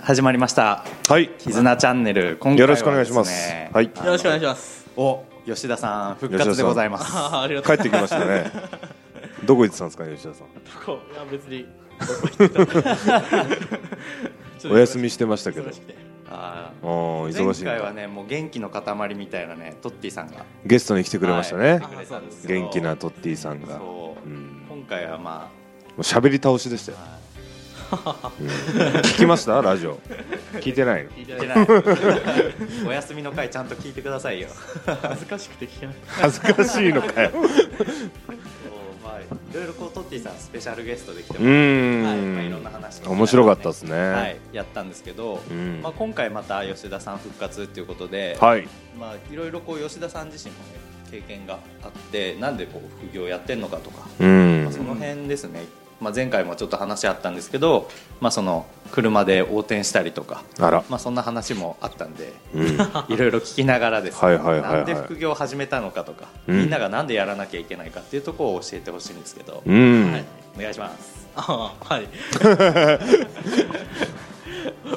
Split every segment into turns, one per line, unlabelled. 始まりました
はい。
絆チャンネル今回は、
よろしくお願いします。
は。
はいい。
よろしくお願いします。
お吉田さん復活でございます。
ああ、ありがと
帰
う
っ。てきましたね。どこ行ってたんですか、吉田さん。
こういや、別に。
お休みしてましたけど
忙しくて
あ
ああ、
ー
忙しい
前回は
な。
ねもう元気の塊みたいなねトッティさんが
ゲストに来てくれましたね
あ。ーそうですよ
元気なトッティさんが。も
そう、
ん
今回はま
う喋り倒しでしたよ。うん聞きました、ラジオ。聞いてないの。
聞い
あ
て
い
な
け
い
ない お休みの回ちゃんと聞いてくださいよ。
恥ずかしくて聞けない。
恥ずかしい のかよ。
そうまあいろいろこうトッティさんスペシャルゲストで来て
う
もらってはいまあ、いろんな
ーん。
話
面白かったですね。
は
はい
い、やったんですけど、
うん
まあ、今回また吉田さん復活っていうことで、
はい。
まあ、いろいろこう吉田さん自身も、ね、経験があってなんでこう副業やってんのかとか、
うん
まあ。その辺ですね、まあ、前回もちょっと話あったんですけど、まあ、その車で横転したりとか、
あら。
まあ、そんな話もあったんで
うん。
いろいろ聞きながらです
は
ね
いはいはいはい
なんで副業を始めたのかとか、
うん
みんながなんでやらなきゃいけないかっていうところを教えてほしいんですけど、
うん。
お願いします。
ああ、はい。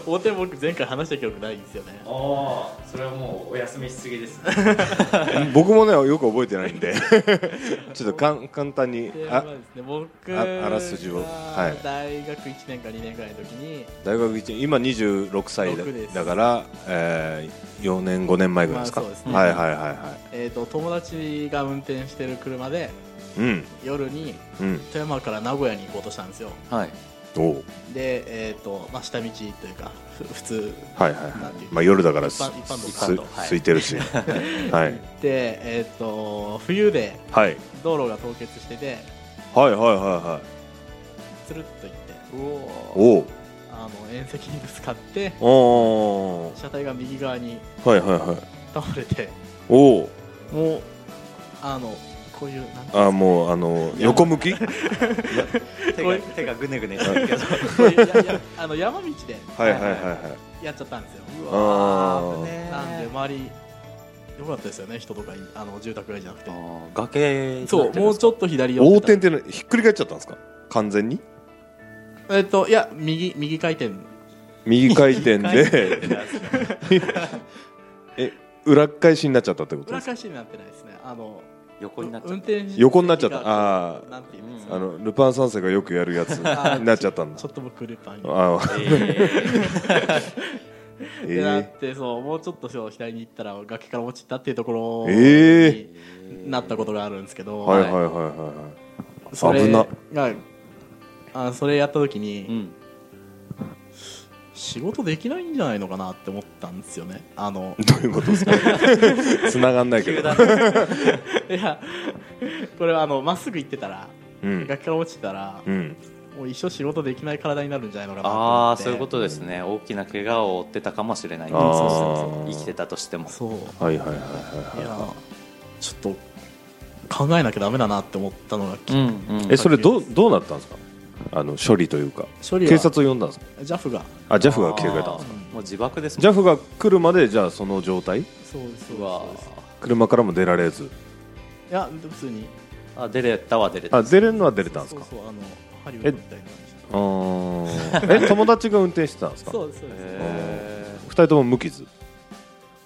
大手僕前回話した記憶ないんですよね。
おそれはもうお休みしすぎです、
僕もね、よく覚えてないんで。 ちょっとかん簡単に
で。まあ
あ
で、すね、僕
ああらすじをはい
大学1年か2年ぐらいの時に、
大学一年今26歳だ
六です
だから、えー、4年5年前ぐらいですか、
まあそうですね
はいはいはいは
えー、と友達が運転してる車で
いうん
夜に
うん
富山から名古屋に行こうとしたんですよ
はい
おう
で、えーとまあ、下道というかふ普通
はいはいはい
なんていうか
まあ夜だから
一般一般道
す
一般道
す
はい
空いてる しはい
で、えー、と冬で
はい
道路が凍結してて
はいはいはいはい
つるっと行って
おう
あの縁石にぶつかって
お
車体が右側に
ーはいはいはい
倒れて
おお
もうあのこういうなんてい
あもうあの横 向き
手が手がぐねぐねしてるけど
うのこういういやいやあの山道で
はいはいはい はい
やっちゃったんですよ
うわー危
ね
なんで周りよかったですよね人とかいあの住宅街じゃなくて
崖
そうもうち
ょっ
ょっと左寄
横
って
転ったてのはひっくり返っちゃったんですか完全に
えっといや右右回転
右回転で え裏返しになっちゃったってことで
裏
すか
返しになってないですねあの
横になっちゃっ
運転
横になっちゃったあー
なんていうんです
あ
か
のルパン三世がよくやるやつ
あー
になっちゃったんだ
ちょっと僕ルパンに
あー
た、え
え
ってなっ
ー、
てそうもうちょっとそう左に行ったら崖から落ちたっていうところ
え
になったことがあるんですけど、
はいはいはいは
それ
危な
があそれやった時に、
ー うん、
仕事できないんじゃないのかなって思ったんですよね あの
いどういうことですか繋がんないけ
急
ど
だね
いやこれはあのまっすぐ行ってたら
うん
崖から落ちたら、
うん
もう一生仕事できない体になるんじゃないのかなと
あ
思っ
あ
て
そういうことですね大きな怪我を負ってたかもしれない
あー
そうそうそう生きてたとしても
そう
はいはいはいはい
いやちょっと考えなきゃダメだなって思ったのが
ん
き、
うん
えそれどうどうなったんですかあの処理というか
処理は
警察を呼んだんですか
JAF が
あ JAF が来てくれたんですか
あーもう自爆ですもん
JAF が来るまでじゃあその状態
そうですそう
うわ
です
車からも出られず
いやで普通に
ーあ出れたは出れた
あ出れるのは出れたんですか
そうそうそうあのハリウッドみたいな感じ
あーえ友達が運転してたんですか
そうですそうです、
へ
二人とも無傷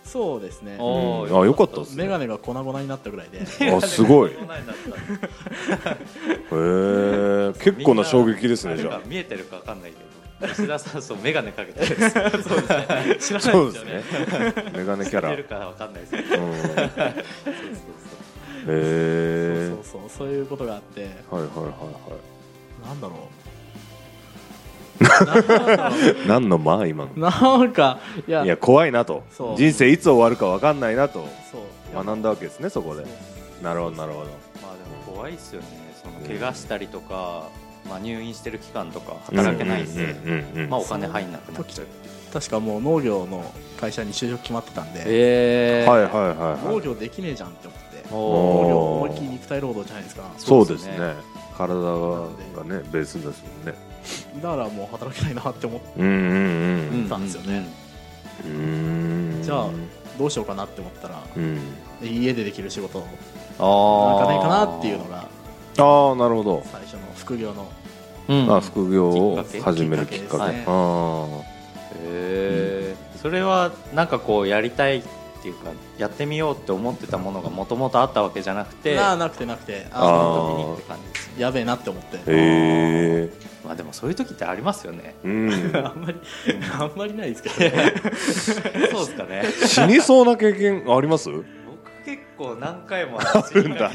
そうですね
ーお
うんあよかったっすね
メガネが粉々になったぐらいで
あすごい
そんなんだった
へえ結構な衝撃ですね
みん
じ
な
ゃ
な
あ
んか見えてるかわかんないけど吉田さんそう眼鏡かけて るそうですね知らない
そう
です
で
よ
す
ね
ねメガネキャ
見
ラ
えるかわかんないですけど
うんへ
そうそうそう
え
そうそうそういうことがあって
はいはいはい
なんだろうなんだろ
はい何の間今
うなんかいや
のいや怖いなと
そう
人生いつ終わるか分かんないなと
そう
学んだわけですねそこでなるほどなるほど
まあでも怖いですよね、その怪我したりとか、まあ、入院してる期間とか働けないんで、
うんうんうんうん
まあ、お金入んなくなっちゃう。
確かもう農業の会社に就職決まってたんで、
え
はいはいはい
農
はい
業できねえじゃんって思っ
お
て
ー
農業思いっきり肉体労働じゃないですか
そうですね
そうで
体がねベースですもんね
だからもう働けないなって思っ
うんうんうん
たんですよね、
うーん
じゃあどうしようかなって思ったら
うん
家でできる仕事なん
あ
かねえかなっていうのが
ああなるほど
最初の副業の
うん
あ副業を
きっかけ
始めるきっか
き
け
っかけですね
あ
え
あ
へえそれはなんかこうやりたいっていうかやってみようって思ってたものがもともとあったわけじゃなくて
ななくてなくて
そ
あ
あ
の時にって感じですね
やべえなって思って
へえ
まあでもそういう時ってありますよね
うん
あんま りあんまりないですけどね
そうですかね
死にそうな経験あります
僕結構何回もあ
るんだ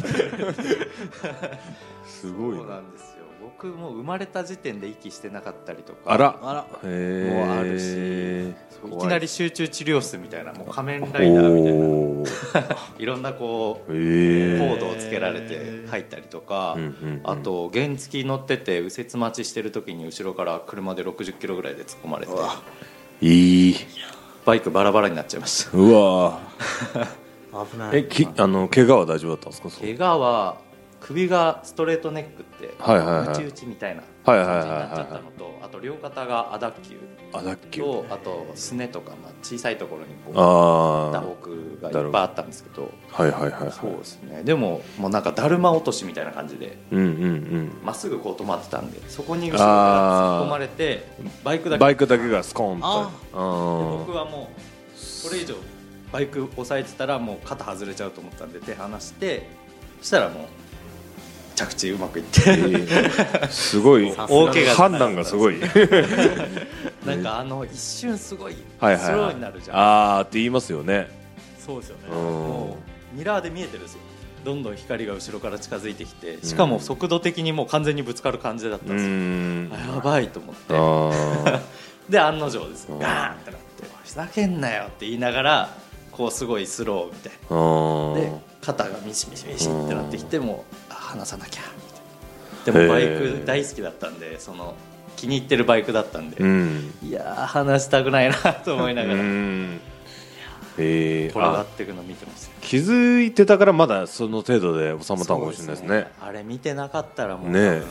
すごい
そうな
なん
ですよ僕もう生まれた時点で息してなかったりとか
あら
あら
へえ
もあるしいきなり
し
集中治療室みたいなもう仮面ライダーみたいなないろんなこうコ
へえ
ードをつけられて入ったりとか、
うんうんうん
あと原付乗ってて右折待ちしてる時に後ろから車で60キロぐらいで突っ込まれて
いい
バイクバラバラになっちゃいました
うわ
危な
ーえきあの怪我は大丈夫だったんですかそう
怪我は首がストレートネックって
はいはいはい
内ち打ちみたいな
はいはいはい
感
は
じになっちゃっ
いは
た
い
のとあと両肩がアダッキュ
あだっ
ー
け
とあとすねとか、まあ、小さいところにこう打
あ
撲がいっぱいあったんですけど
あはいはいはい
そ
は
う
い
ですねでももうなんかだるま落としみたいな感じで
うんうん
まっすぐこう止まってたんでそこに後ろから突っ込まれてバイク
う
だ
ん
け
バイクだけがスコーンと
あ
あ
僕はもうこれ以上バイク押さえてたらもう肩外れちゃうと思ったんで手離してそしたらもう着地うまくいって、
ーすごい
さす が
大怪我
判断が すごい
なんかあの一瞬すごいスロ
はいはい
ーにな
は
る
い
じゃん、
あーって言いますよね
そうですよね
うん
もうミラーで見えてるんですよどんどん光が後ろから近づいてきてしかも速度的にもう完全にぶつかる感じだったん
う
ですよ、
ん
あやばいと思って
あ
で案の定です
うん
ガーンってなって「ふざけんなよ」って言いながらこうすごいスローみたいな
ー
で 肩がミシミシミシってなってきてもうあ離さなきゃみたいなでもバイ
へ
ク
え
大好きだったんでその気に入ってるバイクだったんで、
うん
いやー離したくないなと思いながら転
うんえー
が
あ
っていくの見てました
気づいてたからまだその程度で収まったのかもしれないですね
あれ見てなかったらもう、
ねえ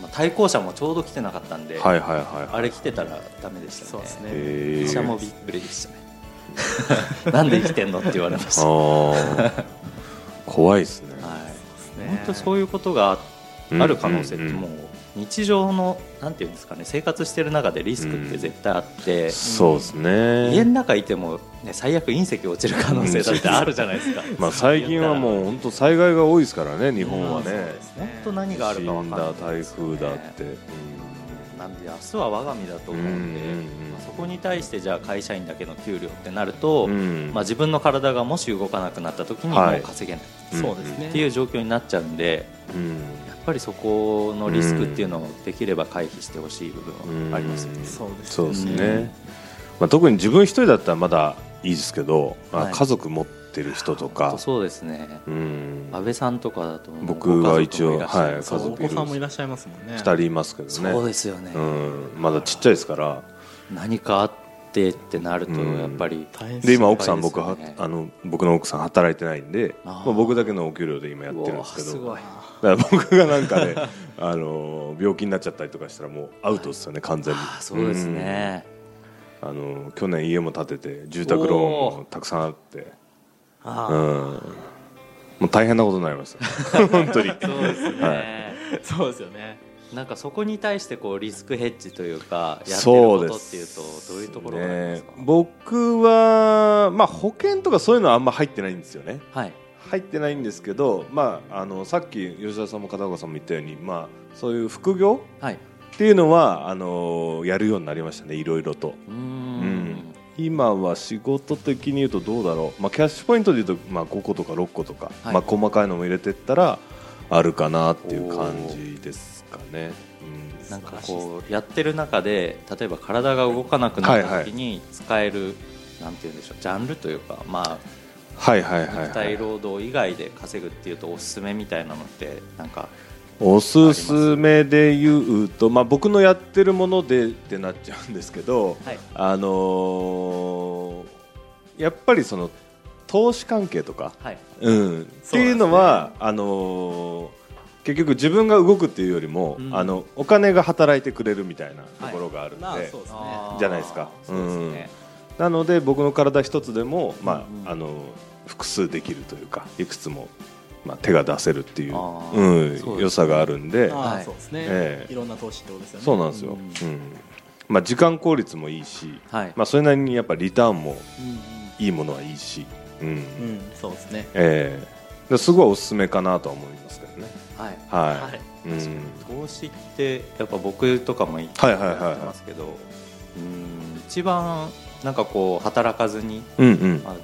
まあ、対向車もちょうど来てなかったんで、
はいはいはい
あれ来てたらダメでしたね
そうですね
え
医者もびっくりでしたね なんで生きてんのって言われました、は
ああ怖いですね
い、
ね
本当そういうことがあってある可能性ってもう日常のなんていうんですかね生活してる中でリスクって絶対あって、
そうですね
家の中いても、ね、最悪隕石落ちる可能性だってあるじゃないですか
まあ最近はもう本当災害が多いですからね日本は
そう
ね
です
本
ね
当何がある
死
か分
ん
かんな
だ
い
台
ですよね
風だってうん
なんで明日は我が身だと思うんで、
うんうんう
ま
ん
あそこに対してじゃあ会社員だけの給料ってなると、
うん
まあ、自分の体がもし動かなくなった時にも
はいう
稼げない
うん
そうですね
っていう状況になっちゃうんで
うん
やっぱりそこのリスクっていうのをできれば回避してほしい部分はありますよね。
うん
そうですね
そうです
うん
ねまあ特に自分一人だったらまだいいですけどまあ
はい
家族持ってる人と
本当
か
そうですね
うん
安倍さんとかだともう
僕は一応
ご家族もらっしゃる
はい
そう
家族いるんです
お子さんもいらっしゃいますもんね
2人いますけど
そう
ね
ですよね、
うんまだちっちゃいですから
何かあってってなると
うん
やっぱり、
大変
で今
心
奥さ
配
ん
です
僕は
よね
あの僕の奥さん働いてないんで
あー
まあ、僕だけのお給料で今やってるんですけど
うわすごい
だから僕がなんかね あのー病気になっちゃったりとかしたらもうアウトですよね完全に
ああそうですね、
うんあのー去年家も建てて住宅ローンもたくさんあってうん
あ
もう大変なことになりました 本当に
そうですね、
あそうですよね
なんかそこに対してこうリスクヘッジというかやってる
そう
こ
です
とっていうとどういうところがありますか、
ね僕はまあ保険とかそういうのはあんま入ってないんですよね
はい
入ってないんですけど、まあ、あのさっき吉田さんも片岡さんも言ったように、まあ、そういう副業
はい
っていうのはあのやるようになりましたねいろいろと
うーん
うん今は仕事的に言うとどうだろう、まあ、キャッシュポイントで言うと、まあ、5個とか6個とか、
はい
まあ、細かいのも入れてったらあるかなっていう感じですかね、うん
なんかこうやってる中で例えば体が動かなくなった時に使える、なんて言うんでしょうジャンルというかまあ
はいはいはい、
肉
は
体
い、
労働以外で稼ぐっていうとおすすめみたいなのってなんか
おすすめで言うと、まあ、僕のやってるものでってなっちゃうんですけど、
はい
あのーやっぱりその投資関係とか、
はい
うん、っていうのはあのー結局自分が動くっていうよりも、
うん
あのお金が働いてくれるみたいなところがあるんで、
まあそうですね
あー
じゃないですか
そうですね、
なので僕の体一つでも、まあ
うんうん
あのー複数できるというかいくつも、まあ、手が出せるっていう
あー
うん
そうですね
良さがあるんで
ああ
はい
そうですね
ええ
いろんな投資ってことですよね
そうなんですよ、
う
うんんまあ、時間効率もいいし、
はい
まあ、それなりにやっぱリターンも
うん
いいものはいいし、うん
うん、うん、そうですね
ええですごいおすすめかなとは思いますけどね。
はい
はい
い
うん
確かに投資ってやっぱ僕とかもい
はいはいはいはい
やってますけど、うん一番なんかこう働かずに、
うんうん
ま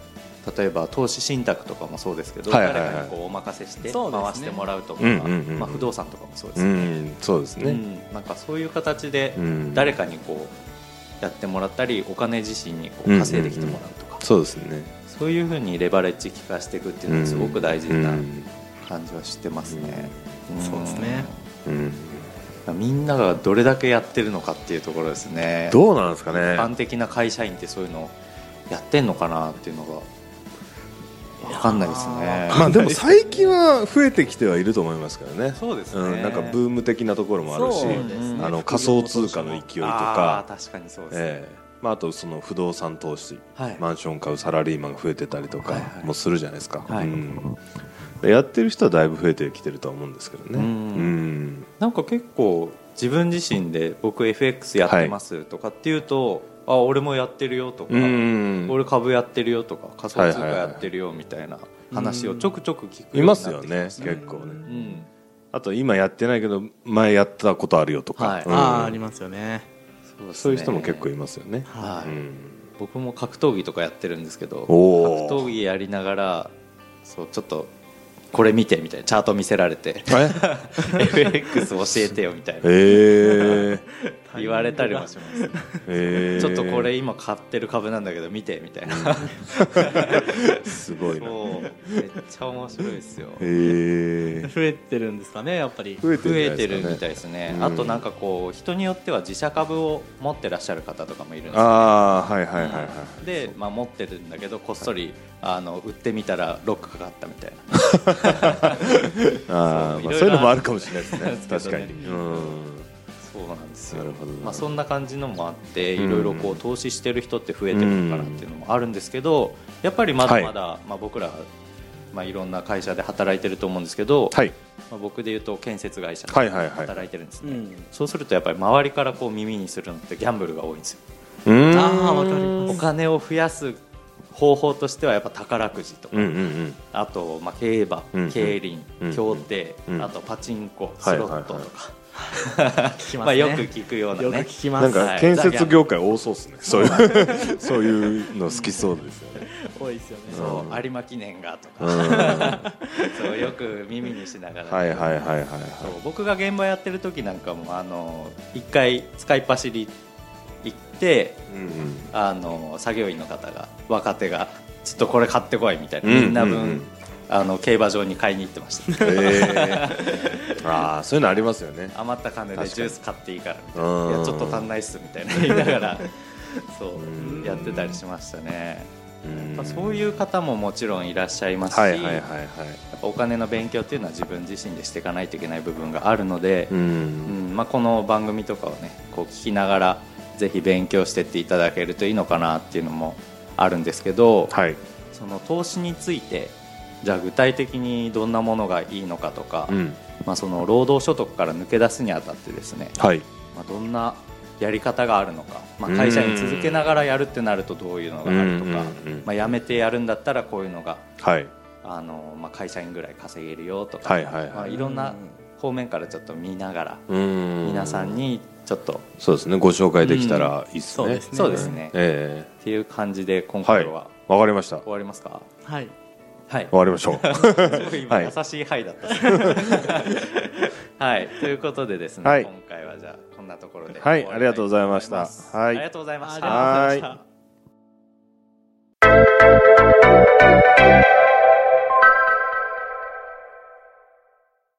あ、例えば投資信託とかもそうですけど、
はいはいはい
誰かにこうお任せして
そうですね
回してもらうとか
うんうんうん
まあ、不動産とかもそうです
う
けど、
ん、そうです
う
ね。
んなんかそういう形で
うん
誰かにこうやってもらったりお金自身にこう稼いできてもらうとか、
そうですね。
そういうふうにレバレッジ効かしていくっていうのはすごく大事な
うん
感じはしてますね、
ん
ん
そうですね
うん
みんながどれだけやってるのかっていうところですね
どうなんですかね
一。般的な会社員ってそういうのやってんのかなっていうのが分かんないですね
まあでも最近は増えてきてはいると思いますからね。
そうですね、
うん、なんかブーム的なところもあるし
そう、
ですね
あの仮想通貨の勢いと
あ
か
ー、確かにそうですね、
ええまああとその不動産投資、
はい
マンション買うサラリーマンが増えてたりとか
はいはい
もするじゃないですか。
はい
うんでやってる人はだいぶ増えてきてるとは思うんですけどね。
う
う
ん
ん
なんか結構自分自身で僕 FX やってますとかっていうと、あ俺もやってるよとか、
うん
俺株やってるよとか仮想通貨やってるよみたいな話をちょくちょく聞く
い
ようにな
ま
ってき
すよね、
ました
結構ね。
うん、
あと今やってないけど前やったことあるよとか、
はい
うん
ああありますよね
そうですね
そういう人も結構いますよね。
はい、
うん
僕も格闘技とかやってるんですけど格
おー
闘技やりながらそうちょっとこれ見てみたいなチャート見せられて FX 教えてよみたい
え
な
え
言われたりもします
えー
ちょっとこれ今買ってる株なんだけど見てみたいな
すごいな。
そうめっちゃ面白いですよ
えー
増えてるんですかねやっぱり
増えて
増えてる
んじゃな
み
い
たいで
で
すすね
うん
あとなんかこう人によっては自社株を持ってらっしゃる方とかもいるんですよ
ああはいはいはいはい。
で、まあ、持ってるんだけどこっそり、あの売ってみたらロックかかったみたいそういろいろ
ああまあそういうのもあるかもしれないですね。
です
確
けど
か
ね
に。うん
なそうなんですよ
なるほど
まあ、そんな感じのもあって
うん
いろいろこう投資してる人って増えてるのかなっていうのもあるんですけどやっぱりまだまだ、まあ、僕ら、まあ、いろんな会社で働いてると思うんですけど、
はい
まあ、僕でいうと建設会社で
はいはいはい
働いてるんですね、
うん
そうするとやっぱり周りからこう耳にするのってギャンブルが多いんですよ
うーん
ああわかり
お
ます
金を増やす方法としてはやっぱ宝くじとか、
うんうん
あと、まあ、競馬、
うん
競輪、
うん
競艇、
うん
あとパチンコ、ス
はい
ロ
はいは
ッ
い
トとか、
聞き
ま
ま
あ、
すね
よく聞くようなね
よく聞き
うん。
ま
なん
す
か建設業界多そうですね。そういうそういうの好きそうですよね。
多いですよね
そう
うん
有馬記念がと
う
か、
んは
そうよく耳にしながら、
いはいはいはいはい。
そう僕が現場やってる時なんかもあの一回使いっ走り行って
うんうん
あの作業員の方が若手がちょっとこれ買ってこいみたいな、
うん
みんな分、
うんうん
あの競馬場に買いに行ってま した
えー、ああそういうのありますよね
余った金でジュース買っていいからみたい
うん
ないやちょっと足んないっすみたいな言いながらそううんやってたりしましたね、
うん
まあ、そういう方ももちろんいらっしゃいますし、
はいはいはい
や
はい
っぱお金の勉強っていうのは自分自身でしていかないといけない部分があるので、
う
うんんまあ、この番組とかをねこう聞きながらぜひ勉強してっていただけるといいのかなっていうのもあるんですけど、
はい
その投資についてじゃあ具体的にどんなものがいいのかとか、
うん
まあ、その労働所得から抜け出すにあたってですね、
はい
まあ、どんなやり方があるのか、まあ、会社員続けながらやるってなるとどういうのがあるとか
うんうんうん、
まあ、辞めてやるんだったらこういうのが
はい
あの、まあ、会社員ぐらい稼げるよとか、
はいはいはい
まあ、いろんな方面からちょっと見ながら
うん
皆さんにちょっと
そうですねご紹介できたらいいっすね、
そうですね
そうですね
え
っていう感じで今
えは
回
い
は
わかりました終
終わりますか、
はい
はい
わりましょう
すごい今
はい
優しい「はい」だったです ねはいということでですね、
はい
今回はじゃあこんなところで
はい
終わ
ありがとうございました
りたいと思います
はい
ありがとうございまし
あ
た
りがとうございました
は